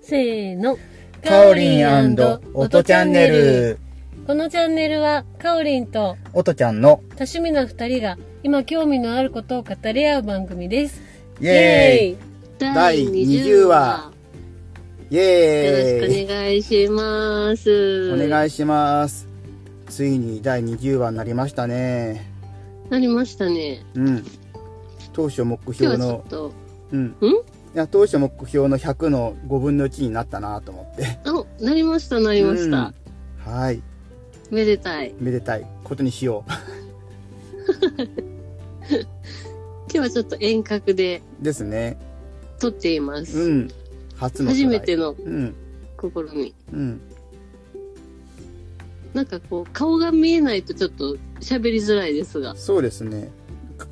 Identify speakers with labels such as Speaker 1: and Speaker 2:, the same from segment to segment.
Speaker 1: せーの。
Speaker 2: カオリンオトチャンネ。ル。
Speaker 1: このチャンネルは、カオリンと
Speaker 2: オトちゃんの
Speaker 1: 多趣味な二人が、今興味のあることを語り合う番組です。
Speaker 2: イエーイ
Speaker 3: ー
Speaker 2: 第20話。イ
Speaker 3: よろし
Speaker 2: エ
Speaker 3: くお願いします。
Speaker 2: ーイお願いします。ついに第20話になりましたね。
Speaker 3: なりましたね。
Speaker 2: うん。当初目
Speaker 3: 今日
Speaker 2: 標
Speaker 3: はちょ
Speaker 2: の
Speaker 3: っ、と、
Speaker 2: うん。
Speaker 3: ん
Speaker 2: いや、当初目標の100の5分の1になったなと思って。
Speaker 3: あ、なりました、なりました。
Speaker 2: うんはい。
Speaker 3: めでたい。今
Speaker 2: めでたいことにしよ
Speaker 3: 日はちょっと遠隔で
Speaker 2: う。 ですね。
Speaker 3: 撮っています。
Speaker 2: うん。初のトライ
Speaker 3: 初めての
Speaker 2: うん。
Speaker 3: 試み。
Speaker 2: うん。
Speaker 3: なんかこう、顔が見えないとちょっと喋りづらいですが。
Speaker 2: そうですね。か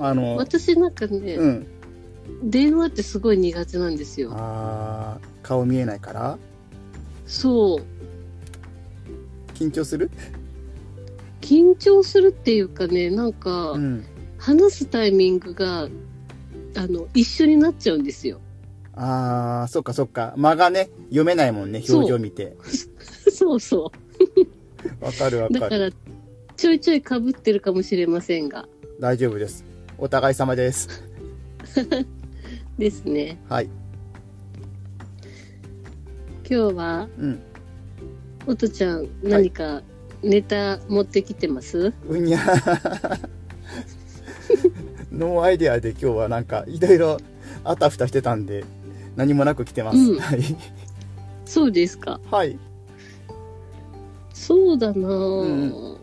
Speaker 2: あの、
Speaker 3: 私なんかね、
Speaker 2: うん。
Speaker 3: 電話ってすごい苦手なんですよ。
Speaker 2: あー顔見えないから
Speaker 3: そう。
Speaker 2: 緊張する
Speaker 3: 緊張するっていうかね、なんか、
Speaker 2: うん。
Speaker 3: 話すタイミングが、あの、一緒になっちゃうんですよ。
Speaker 2: あー、そっかそっか。間がね、読めないもんね、
Speaker 3: そう
Speaker 2: 表情見て。
Speaker 3: そうそ
Speaker 2: わかるわ
Speaker 3: う。だ
Speaker 2: か
Speaker 3: から、
Speaker 2: る。
Speaker 3: ちょいちょい被ってるかもしれませんが。
Speaker 2: 大丈夫です。お互い様です。
Speaker 3: ですね。
Speaker 2: はい。
Speaker 3: 今日は、
Speaker 2: うん。
Speaker 3: おとちゃん、何かネタ持ってきてます、
Speaker 2: うにゃー ノーアイデアで今日はなんか、いろいろあたふたしてたんで、何もなく来てます。
Speaker 3: うん
Speaker 2: はい。
Speaker 3: そうですか。
Speaker 2: はい。
Speaker 3: そうだな、ぁ
Speaker 2: ん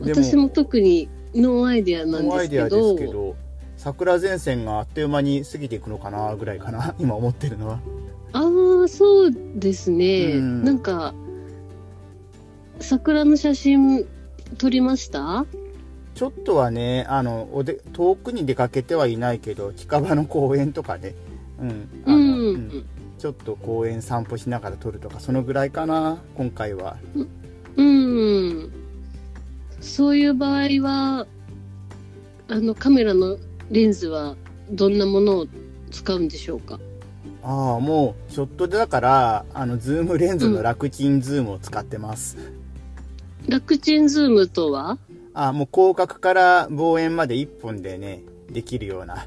Speaker 2: でも
Speaker 3: 私も特にノーアイデアなん
Speaker 2: ノーア
Speaker 3: で
Speaker 2: イ
Speaker 3: す
Speaker 2: デ
Speaker 3: け
Speaker 2: アで
Speaker 3: ど
Speaker 2: すけど、桜前線があっという間に過ぎていくのかなぐらいかな、今思ってるのは。
Speaker 3: ああそうですね、
Speaker 2: うん
Speaker 3: なんか桜の写真撮りました
Speaker 2: ちょっとはね、あの、おで、遠くに出かけてはいないけど、近場の公園とかね、うん、あ
Speaker 3: う
Speaker 2: の、
Speaker 3: ん、
Speaker 2: うんちょっと公園散歩しながら撮るとか、そのぐらいかな、今回は。
Speaker 3: うん、そういう場合はあのカメラのレンズはどんなものを使うんでしょうか
Speaker 2: ああ、もう、ショットでだから、あの、ズームレンズの楽チンズームを使ってます。
Speaker 3: 楽チンズームとは
Speaker 2: ああ、もう広角から望遠まで1本でね、できるような。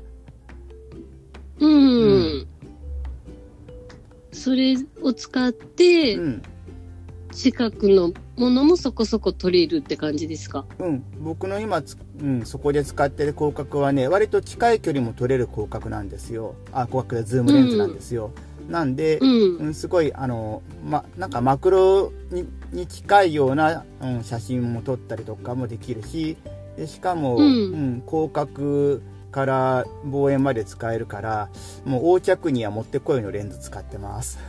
Speaker 3: うん、
Speaker 2: う
Speaker 3: それを使って
Speaker 2: うん。
Speaker 3: 近くのものもそこそこ撮れるって感じですか
Speaker 2: うん、僕の今つ、うん、そこで使ってる広角はね割と近い距離も取れる広角なんですよあ広角でズームレンズなんですよ、なんで、
Speaker 3: うん
Speaker 2: うん、すごいあの、ま、なんかマクロにに近いような、うん、写真も撮ったりとかもできるしでしかも、
Speaker 3: うん
Speaker 2: うん広角から望遠まで使えるからもう横着にはもってこいのレンズ使ってます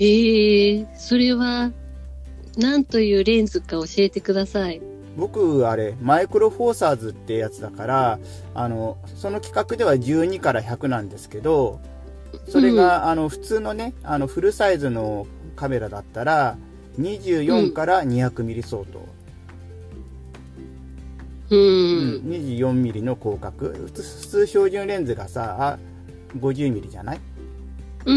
Speaker 3: ええそれは、なんというレンズか教えてください。
Speaker 2: 僕あれマイクロフォーサーズってやつだからあのその企画では12から100なんですけどそれが、あの普通のねあのフルサイズのカメラだったら
Speaker 3: う
Speaker 2: 24
Speaker 3: ん
Speaker 2: から200ミリ相当、
Speaker 3: う。
Speaker 2: うん24ミリの広角普通普通標準レンズがさ50ミリじゃない、
Speaker 3: う。
Speaker 2: う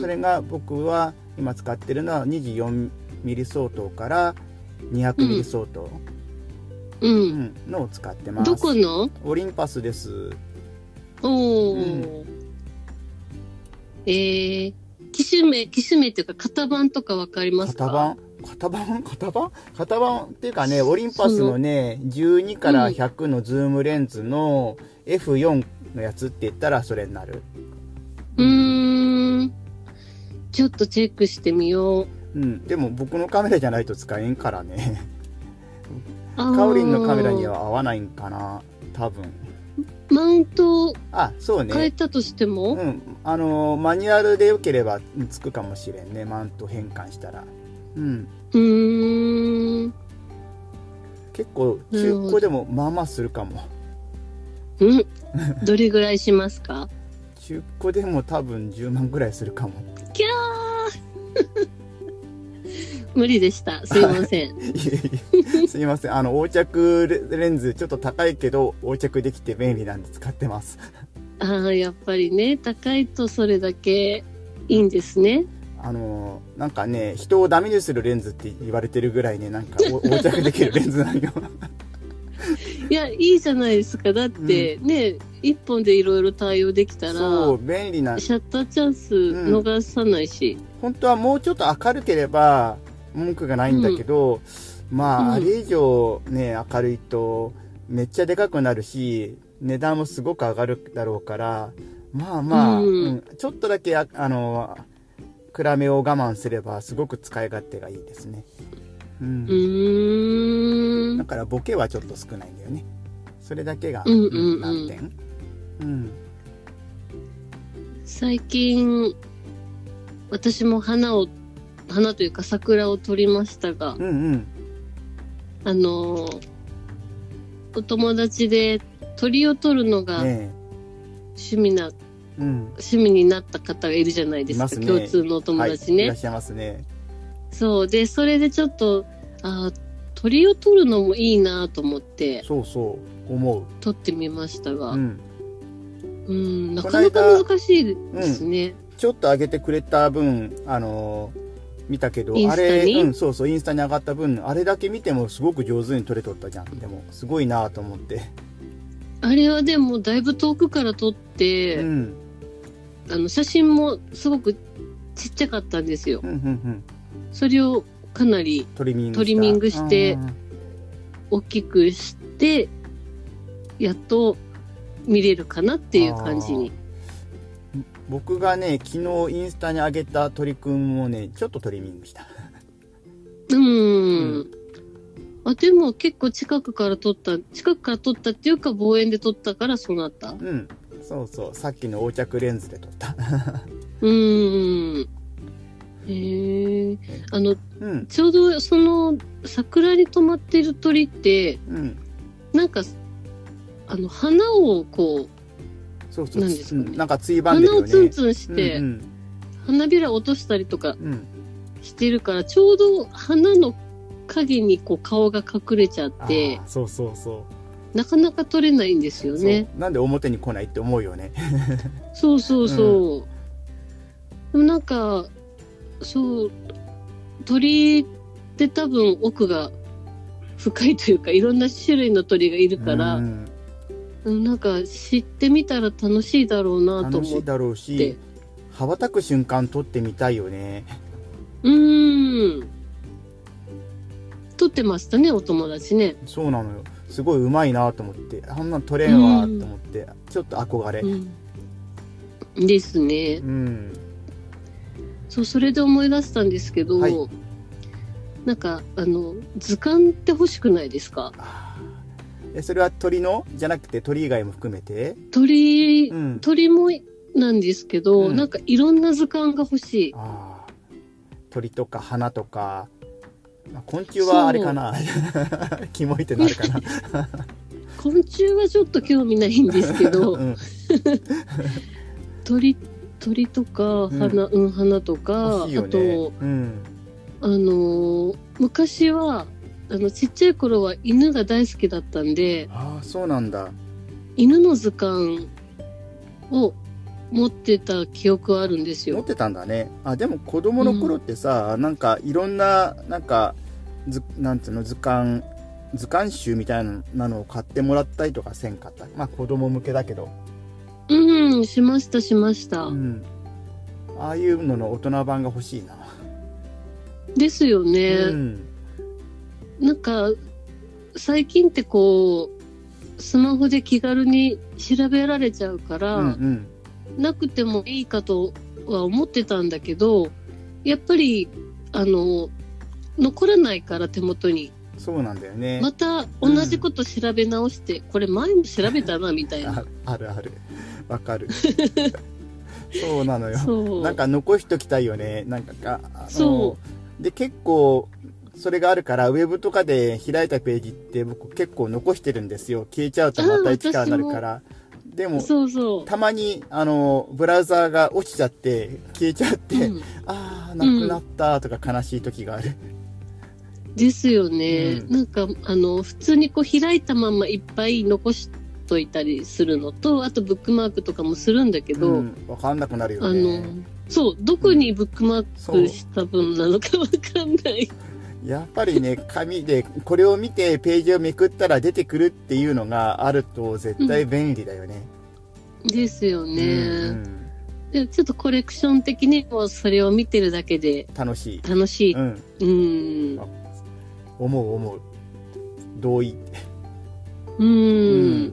Speaker 2: んそれが僕は今使ってるのは24ミリ相当から200ミリ相当、
Speaker 3: う。
Speaker 2: うんんのを使ってます
Speaker 3: どこの
Speaker 2: オリンパスです
Speaker 3: おお、ええ機種名、機種名っていうか型番とかわかりますか
Speaker 2: 型番型番型番型番っていうかねオリンパスのね12から100のズームレンズの F4 のやつって言ったらそれになる、
Speaker 3: うーん。ちょっとチェックしてみよう。
Speaker 2: うん、でも僕のカメラじゃないと使えんからね
Speaker 3: あー
Speaker 2: カオリンのカメラには合わないんかな多分
Speaker 3: マウントを
Speaker 2: あそう
Speaker 3: 変え
Speaker 2: ね
Speaker 3: たとしても、
Speaker 2: うんあのマニュアルでよければうんつくかもしれんねマウント変換したらうん
Speaker 3: うーん。
Speaker 2: 結構
Speaker 3: なる
Speaker 2: 中
Speaker 3: ほど
Speaker 2: 古でもまあまあするかも
Speaker 3: うん。どれぐらいしますか
Speaker 2: 中古でも多分10万ぐらいするかも
Speaker 3: キャー 無理でした。すいません。
Speaker 2: いえい えすいませんあの横着レレンズちょっと高いけど横着できて便利なんで使ってます
Speaker 3: ああ、やっぱりね、高いとそれだけいいんですね。
Speaker 2: あのなんかね人をダメにするレンズって言われてるぐらいねなんか お横着できるレンズなんよ
Speaker 3: いや、いいじゃないですか。だって、ね、一本でいろいろ対応できたら、
Speaker 2: そう便利な
Speaker 3: シャッターチャンス逃さないし。
Speaker 2: 本当はもうちょっと明るければ文句がないんだけど、まあ、
Speaker 3: うん
Speaker 2: あれ以上ね明るいとめっちゃでかくなるし値段もすごく上がるだろうからまあまあ、
Speaker 3: うん
Speaker 2: うんちょっとだけああの暗めを我慢すればすごく使い勝手がいいですね、う
Speaker 3: うんー
Speaker 2: だ
Speaker 3: ん。
Speaker 2: からボケはちょっと少ないんだよねそれだけが
Speaker 3: うんうんうん
Speaker 2: 難点うん
Speaker 3: 最近、私も花を、花というか桜を撮りましたが、
Speaker 2: うんうん
Speaker 3: あの、お友達で鳥を撮るのが
Speaker 2: ね
Speaker 3: 趣味な、
Speaker 2: えうん
Speaker 3: 趣味になった方がいるじゃないです
Speaker 2: いま
Speaker 3: か。
Speaker 2: すね
Speaker 3: 共通のお友達
Speaker 2: はい、い
Speaker 3: ね
Speaker 2: らっ。しゃいますね
Speaker 3: そう。で、それでちょっと、あー鳥を撮るのもいいなと思って
Speaker 2: そうそう思
Speaker 3: 撮ってみましたが、
Speaker 2: う、う
Speaker 3: うん、
Speaker 2: ん、
Speaker 3: なかなか難しいですね。
Speaker 2: ちょっと上げてくれた分、あのー見たけど
Speaker 3: イン、
Speaker 2: あ
Speaker 3: スタに
Speaker 2: れ、うん、そうそう、インスタに上がった分、あれだけ見てもすごく上手に撮れとったじゃん。でも、すごいなと思って。
Speaker 3: あれはでもだいぶ遠くから撮って、
Speaker 2: うん、
Speaker 3: あの写真もすごくちっちゃかったんですよ
Speaker 2: うん、うん、うん。
Speaker 3: それをかなり
Speaker 2: トリミングした
Speaker 3: トリミングして
Speaker 2: うん
Speaker 3: 大きくしてやっと見れるかなっていう感じに
Speaker 2: 僕がね、昨日インスタに上げた鳥くんもね、ちょっとトリミングした。
Speaker 3: うーん
Speaker 2: うん
Speaker 3: あでも結構近くから撮った近くから撮ったっていうか望遠で撮ったからそうなったう
Speaker 2: うん、そうそう、さっきの横着レンズで撮った。
Speaker 3: ーんへえあの
Speaker 2: うん、
Speaker 3: ちょうどその桜に止まってる鳥って
Speaker 2: うん。
Speaker 3: なんかあの花をこう
Speaker 2: そうそう、
Speaker 3: なんですかね
Speaker 2: うんなんかついばんでる
Speaker 3: 花
Speaker 2: よ
Speaker 3: を
Speaker 2: ね。
Speaker 3: ツンツンして、
Speaker 2: うん、
Speaker 3: 花びら落としたりとか
Speaker 2: うん、うん。
Speaker 3: してるからちょうど花の影にこう顔が隠れちゃっ
Speaker 2: あ
Speaker 3: て
Speaker 2: ーそうそうそ
Speaker 3: なかなか撮れないんですよ
Speaker 2: う。
Speaker 3: ね
Speaker 2: そうなんで表に来ないって思うよね。
Speaker 3: そうそうそう、でもなんかそう鳥って多分奥が深いというかいろんな種類の鳥がいるから、
Speaker 2: うん
Speaker 3: うんなんか知ってみたら楽しいだろうなと
Speaker 2: 楽し
Speaker 3: 思っ
Speaker 2: いだろう
Speaker 3: て
Speaker 2: し羽ばたく瞬間撮ってみたいよね
Speaker 3: うーん撮ってましたねお友達ね
Speaker 2: そうなのよすごいうまいなと思ってあんなん撮れんわと
Speaker 3: うん
Speaker 2: 思ってちょっと憧れうん、
Speaker 3: うん、ですねそうそれで思い出したんですけど、
Speaker 2: はい
Speaker 3: なんかあの図鑑って欲しくないですか
Speaker 2: えそれは鳥のじゃなくて鳥以外も含めて
Speaker 3: 鳥、
Speaker 2: うん
Speaker 3: 鳥もなんですけど、
Speaker 2: うん
Speaker 3: なんかいろんな図鑑が欲しい
Speaker 2: あー鳥とか花とかまあ昆虫はあれかな キモいってなるかな
Speaker 3: 昆虫はちょっと興味ないんですけ ど
Speaker 2: うん
Speaker 3: 鳥鳥とか花、うん、花とか、
Speaker 2: 欲しいよ
Speaker 3: あ
Speaker 2: ね
Speaker 3: と
Speaker 2: うん
Speaker 3: あのー昔はあのちっちゃい頃は犬が大好きだったんで、
Speaker 2: ああそうなんだ
Speaker 3: 犬の図鑑を持ってた記憶はあるんです
Speaker 2: 持っ
Speaker 3: よ。
Speaker 2: てたんだねあでも子供の頃ってさ、なんかいろんななんかずなんつうの図鑑図鑑集みたいなのを買ってもらったりとかせんかったまあ子供向けだけど、
Speaker 3: うん、しましたしました。
Speaker 2: うん、ああいうのの大人版が欲しいな、
Speaker 3: ですよね。
Speaker 2: うん、
Speaker 3: なんか最近ってこうスマホで気軽に調べられちゃうか
Speaker 2: う
Speaker 3: ら、
Speaker 2: んうん
Speaker 3: なくてもいいかとは思ってたんだけどやっぱりあの残らないから手元に
Speaker 2: そうなんだよね、
Speaker 3: また同じこと調べ直して、これ前も調べたなみたいな
Speaker 2: ああるあるわか るそうなのよ
Speaker 3: そう
Speaker 2: なんか残しときたいよねなんかかあの
Speaker 3: そ
Speaker 2: で結構それがあるからウェブとかで開いたページって僕結構残してるんですよ消えちゃうとまた一からなるからでも
Speaker 3: そうそう
Speaker 2: たまにあのブラウザーが落ちちゃって消えちゃって、
Speaker 3: うん
Speaker 2: ああなくなったとか悲しい時がある、
Speaker 3: ですよね、
Speaker 2: うん
Speaker 3: なんかあの普通にこう開いたまんまいっぱい残しといたりするのとあとブックマークとかもするんだけ
Speaker 2: う
Speaker 3: ど、
Speaker 2: ん、分かんなくなる
Speaker 3: あ
Speaker 2: よ
Speaker 3: の
Speaker 2: ね
Speaker 3: そう、どこにブックマークした分なのかわかんない。
Speaker 2: やっぱりね、紙でこれを見てページをめくったら出てくるっていうのがあると絶対便利だよね。
Speaker 3: ですよね、
Speaker 2: うんうん
Speaker 3: でちょっとコレクション的にもそれを見てるだけで
Speaker 2: 楽しい。
Speaker 3: 楽しい。
Speaker 2: うん。
Speaker 3: うん。
Speaker 2: 思う思う。同意。
Speaker 3: う。。
Speaker 2: うん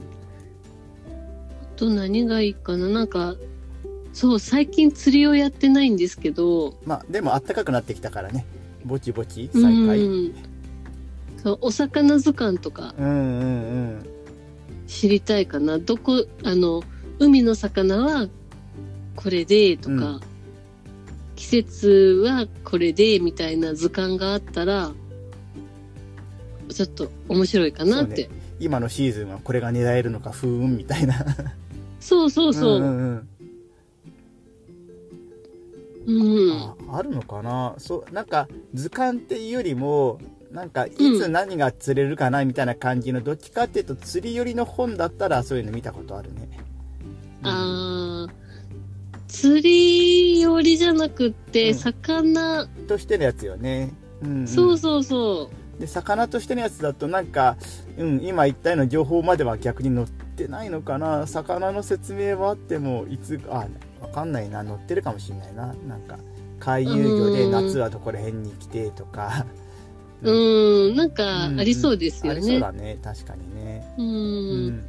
Speaker 3: あと何がいいかななんか、そう、最近釣りをやってないんですけど、
Speaker 2: まあ、でも暖かくなってきたからね。ぼちぼち再
Speaker 3: う
Speaker 2: 開。うん
Speaker 3: ん。そう、お魚図鑑とか
Speaker 2: うんうん。
Speaker 3: 知りたいかな。どこ、あの、海の魚はこれでとか、
Speaker 2: うん
Speaker 3: 季節はこれでみたいな図鑑があったら、ちょっと面白いかなって。
Speaker 2: 今のシーズンはこれが狙えるのか、ふーん、みたいな。
Speaker 3: そうそうそう。
Speaker 2: んんん
Speaker 3: うん
Speaker 2: ああるのかなそうなんか図鑑っていうよりもなんかいつ何が釣れるかなみたいな感じの、どっちかっていうと釣り寄りの本だったらそういうの見たことあるね、うん
Speaker 3: あー釣り寄りじゃなくって、
Speaker 2: うん
Speaker 3: 魚、
Speaker 2: としてのやつよね、うんうん
Speaker 3: そうそうそ
Speaker 2: で魚としてのやつだとなんか、うん、今言ったような情報までは逆に載ってないのかな魚の説明はあってもいつあわかんないな載ってるかもしんないななんか海遊魚で
Speaker 3: うん
Speaker 2: 夏はどこら辺に来てとか、
Speaker 3: う。う
Speaker 2: うん
Speaker 3: ん、なんかありそうですよ
Speaker 2: ありそう
Speaker 3: ね。
Speaker 2: だね確かにね、
Speaker 3: う。
Speaker 2: うんん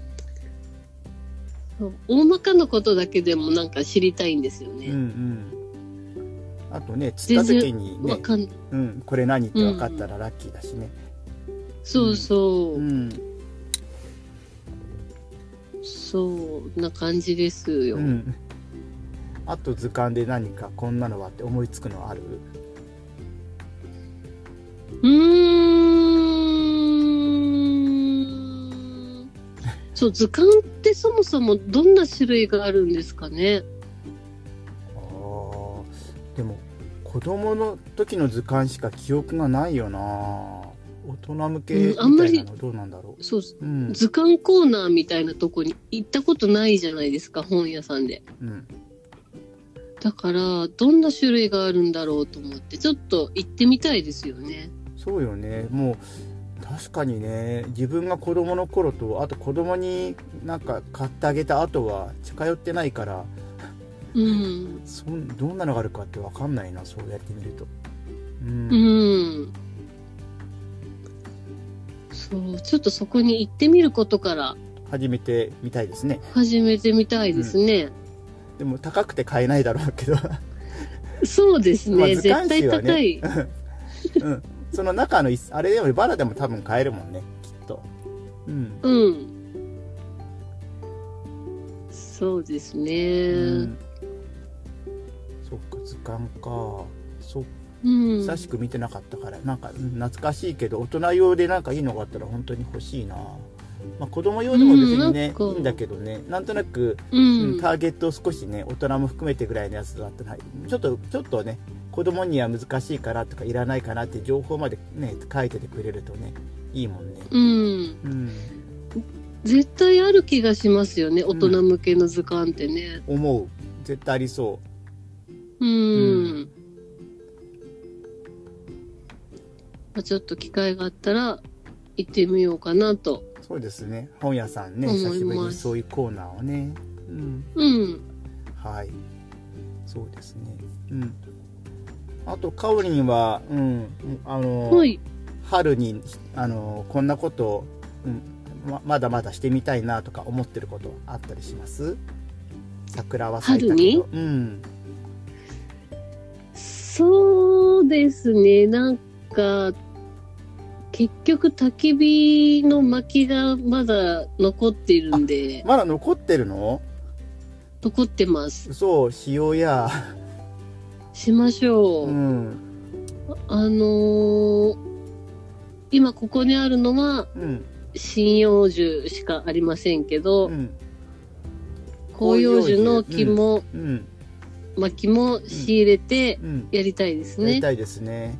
Speaker 3: 大まかなことだけでもなんか知りたいんですよ
Speaker 2: うんう
Speaker 3: ね。
Speaker 2: んあとね釣った時に
Speaker 3: わ
Speaker 2: ね、
Speaker 3: かん、
Speaker 2: うん、これ何って分かったらラッキーだしね、
Speaker 3: そうそう、
Speaker 2: うん
Speaker 3: そんな感じですよ。
Speaker 2: うんあと図鑑で何かこんなのはって思いつくのある
Speaker 3: うーん。そう、図鑑ってそもそもどんな種類があるんですかね。
Speaker 2: あーでも子供の時の図鑑しか記憶がないよな大人向けみ
Speaker 3: う
Speaker 2: た
Speaker 3: んあんまり
Speaker 2: いなのどうなんだろ
Speaker 3: そう、
Speaker 2: う、うん
Speaker 3: 図鑑コーナーみたいなとこに行ったことないじゃないですか、本屋さんで。
Speaker 2: うん、
Speaker 3: だから、どんな種類があるんだろうと思って、ちょっと行ってみたいですよね。
Speaker 2: そうよねもう確かにね自分が子供の頃とあと子供になんか買ってあげた後は近寄ってないから
Speaker 3: うん。
Speaker 2: そんどんなのがあるかって分かんないなそうやってみるとうん、
Speaker 3: うん。そう、ちょっとそこに行ってみることから
Speaker 2: 始めてみたいですね
Speaker 3: 始めてみたいですね。
Speaker 2: でも高くて買えないだろうけど、
Speaker 3: そうですね、
Speaker 2: まあ図
Speaker 3: 絶
Speaker 2: 鑑
Speaker 3: 対
Speaker 2: 誌は
Speaker 3: 高い
Speaker 2: ね。うん、その中の一あれでもバラでも多分買えるもんねきっとうん、
Speaker 3: うん。そうです
Speaker 2: う
Speaker 3: ね。
Speaker 2: ん、そっか図鑑かそっ
Speaker 3: うん。
Speaker 2: 久しく見てなかったからなんかうん懐かしいけど大人用でなんかいいのがあったら本当に欲しいな、まあ、子供用でも別にね、
Speaker 3: うんなんか
Speaker 2: いいんだけどねなんとなく、
Speaker 3: う
Speaker 2: うん
Speaker 3: ん。
Speaker 2: ターゲットを少しね大人も含めてぐらいのやつだったらちょっとちょっとね子供には難しいからとかいらないかなって情報までね書いててくれるとねいいもんね
Speaker 3: うん。
Speaker 2: うん
Speaker 3: 絶対ある気がしますよね、大人向けの図鑑ってね。
Speaker 2: 思う絶対ありそ
Speaker 3: うん。
Speaker 2: う
Speaker 3: まあちょっと機会があったら行ってみようかなと。
Speaker 2: うそうですね本屋さんね
Speaker 3: 思いま
Speaker 2: 久
Speaker 3: す
Speaker 2: しぶりにそういうコーナーをねうん
Speaker 3: うん。
Speaker 2: はいそうですねうんあとかおりんはうんあの、
Speaker 3: はい。
Speaker 2: 春にあのこんなことを、うん、ままだまだしてみたいなとか思ってることあったりします桜は咲いたけどうん
Speaker 3: そうですね。なんか、結局焚き火の薪がまだ残っているんで、
Speaker 2: まだ残ってるの
Speaker 3: 残ってます。
Speaker 2: そう塩や
Speaker 3: しましょう。
Speaker 2: うん
Speaker 3: あのー今ここにあるのは
Speaker 2: うん
Speaker 3: 針葉樹しかありませんけど、
Speaker 2: うん
Speaker 3: 広葉樹の木も、
Speaker 2: うん
Speaker 3: 薪も仕入れて
Speaker 2: うん
Speaker 3: やりたいです
Speaker 2: やり
Speaker 3: ね。
Speaker 2: たいですね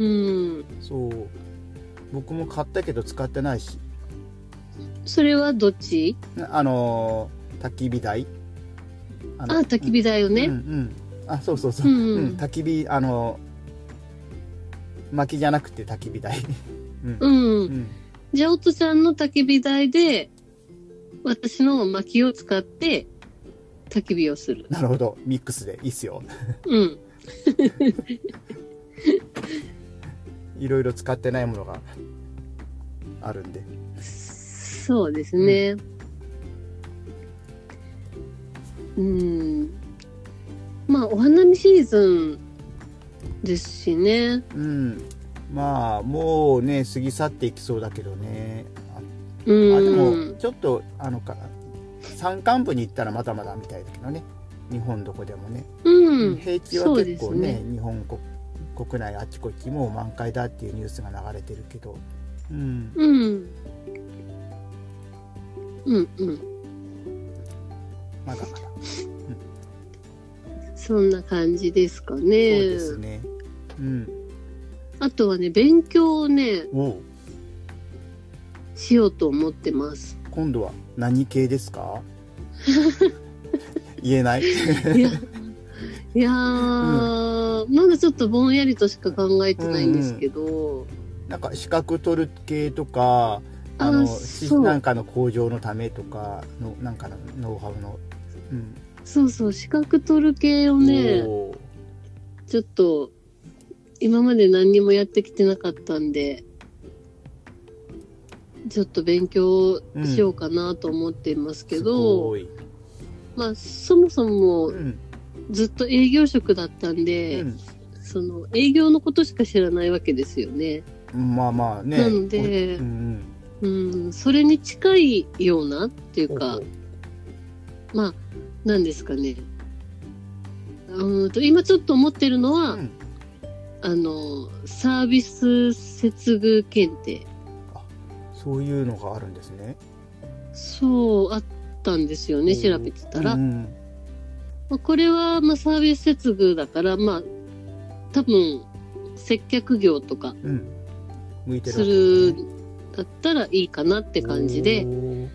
Speaker 3: うん。
Speaker 2: そう僕も買ったけど使ってないし
Speaker 3: それはどっち
Speaker 2: あのー焚き火台あ
Speaker 3: あ、焚き火台をね。
Speaker 2: うんうんあそうそうそう、
Speaker 3: うんうん
Speaker 2: うん焚き火あの薪じゃなくて焚き火台 うん
Speaker 3: う。
Speaker 2: うんん
Speaker 3: じゃあ、おとちゃんの焚き火台で、私の薪を使って、焚き火をする。
Speaker 2: なるほどミックスでいいっすよ
Speaker 3: うん。
Speaker 2: いろいろ使ってないものがあるんで
Speaker 3: そうですね。うん。まあ、お花見シーズンですしね。
Speaker 2: うんまあもうね過ぎ去っていきそうだけどね
Speaker 3: う
Speaker 2: あ
Speaker 3: ん。
Speaker 2: あでもちょっとあのか山間部に行ったらまだまだみたいだけどね日本どこでもね、
Speaker 3: うん。
Speaker 2: 平地は結構ね日本国国内あちこちもう満開だっていうニュースが流れてるけどうん
Speaker 3: うん。うんうん。
Speaker 2: まだまだ
Speaker 3: そんな感じですか
Speaker 2: そう
Speaker 3: ね。
Speaker 2: ですねうん
Speaker 3: あとはね、勉強をね、
Speaker 2: おう
Speaker 3: しようと思ってます。
Speaker 2: 今度は何系で すか言えない
Speaker 3: いや、いやー、まだちょっとぼんやりとしか考えてないんですけど、
Speaker 2: なんか資格取る系とかあ
Speaker 3: あ
Speaker 2: のし
Speaker 3: そう
Speaker 2: なんかの工場のためとかのなんかのノウハウの、うん、
Speaker 3: そうそう、資格取る系をね、
Speaker 2: おー
Speaker 3: ちょっと、今まで何にもやってきてなかったんで、ちょっと勉強しようかなと思っていますけ
Speaker 2: す
Speaker 3: ど、
Speaker 2: ごい、
Speaker 3: まあ、そもそも
Speaker 2: うん
Speaker 3: ずっと営業職だったんで、その営業のことしか知らないわけですよね。
Speaker 2: うん、まあまあね
Speaker 3: なので
Speaker 2: うんうん、
Speaker 3: うん、それに近いようなっていう
Speaker 2: お
Speaker 3: か
Speaker 2: う、
Speaker 3: まあ、なんですかね。うーんと今ちょっと思ってるのは、
Speaker 2: うん
Speaker 3: あの、サービス接遇検定。
Speaker 2: そういうのがあるんですね
Speaker 3: そう、あったんですよね、
Speaker 2: おう
Speaker 3: 調べてたら。
Speaker 2: うん
Speaker 3: まあこれは、まあ、サービス接遇だから、まあ、多分、接客業とか
Speaker 2: うん、うん向いてる
Speaker 3: するだったらいいかなって感じで
Speaker 2: お、ー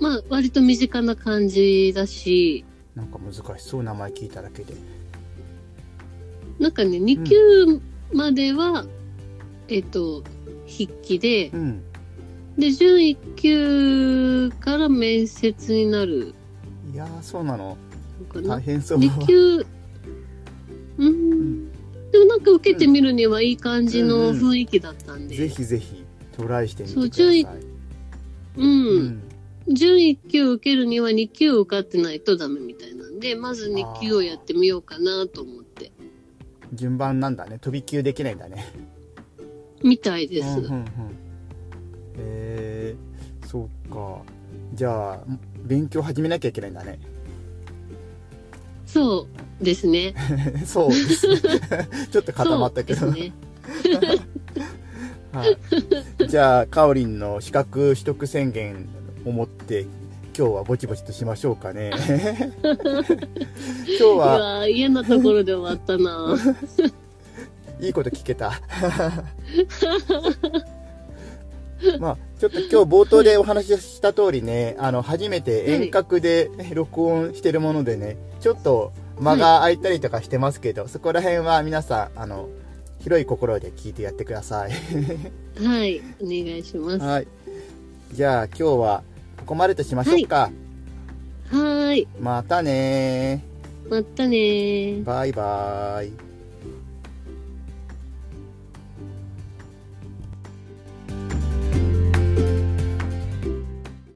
Speaker 3: まあ、割と身近な感じだし、
Speaker 2: なんか難しそう名前聞いただけで
Speaker 3: なんかね、2級までは、えっ、と、筆記で
Speaker 2: う、ん
Speaker 3: で、準1級から面接になる
Speaker 2: いやーそうなの
Speaker 3: のか
Speaker 2: 大
Speaker 3: な。
Speaker 2: 変そう
Speaker 3: 2級、うーん。でもなんか受けてみるにはいい感じの雰囲気だったん
Speaker 2: ぜ
Speaker 3: で、
Speaker 2: ひぜひトライしてみてく
Speaker 3: そう
Speaker 2: ださい
Speaker 3: うん。
Speaker 2: うん
Speaker 3: 準1級受けるには2級受かってないとダメみたいなんで、まず2級をやってみようかなと思って、
Speaker 2: 順番なんだね飛び級できないんだね
Speaker 3: みたいで
Speaker 2: うんうんう
Speaker 3: す。
Speaker 2: んへえそっかじゃあ勉強始めなきゃいけないんだね
Speaker 3: そうですね。
Speaker 2: そうですねちょっと固まったけ
Speaker 3: そ
Speaker 2: ど、
Speaker 3: うですね。
Speaker 2: はい、じゃあかおりんの資格取得宣言を持って今日はぼちぼちとしましょ うかね今日
Speaker 3: う
Speaker 2: は
Speaker 3: わー嫌なところで終わったな
Speaker 2: いいこと聞けた。 まあ、ちょっと今日冒頭でお話しした通りね、あの、初めて遠隔で録音してるものでね、ちょっと間が空いたりとかしてますけど、そこら辺は皆さん、あの、広い心で聞いてやってください。
Speaker 3: はいお願いしますは
Speaker 2: はい。じゃあ今日はここまでとしましょうか。
Speaker 3: ーい
Speaker 2: またね
Speaker 3: またねー
Speaker 2: バイバイ。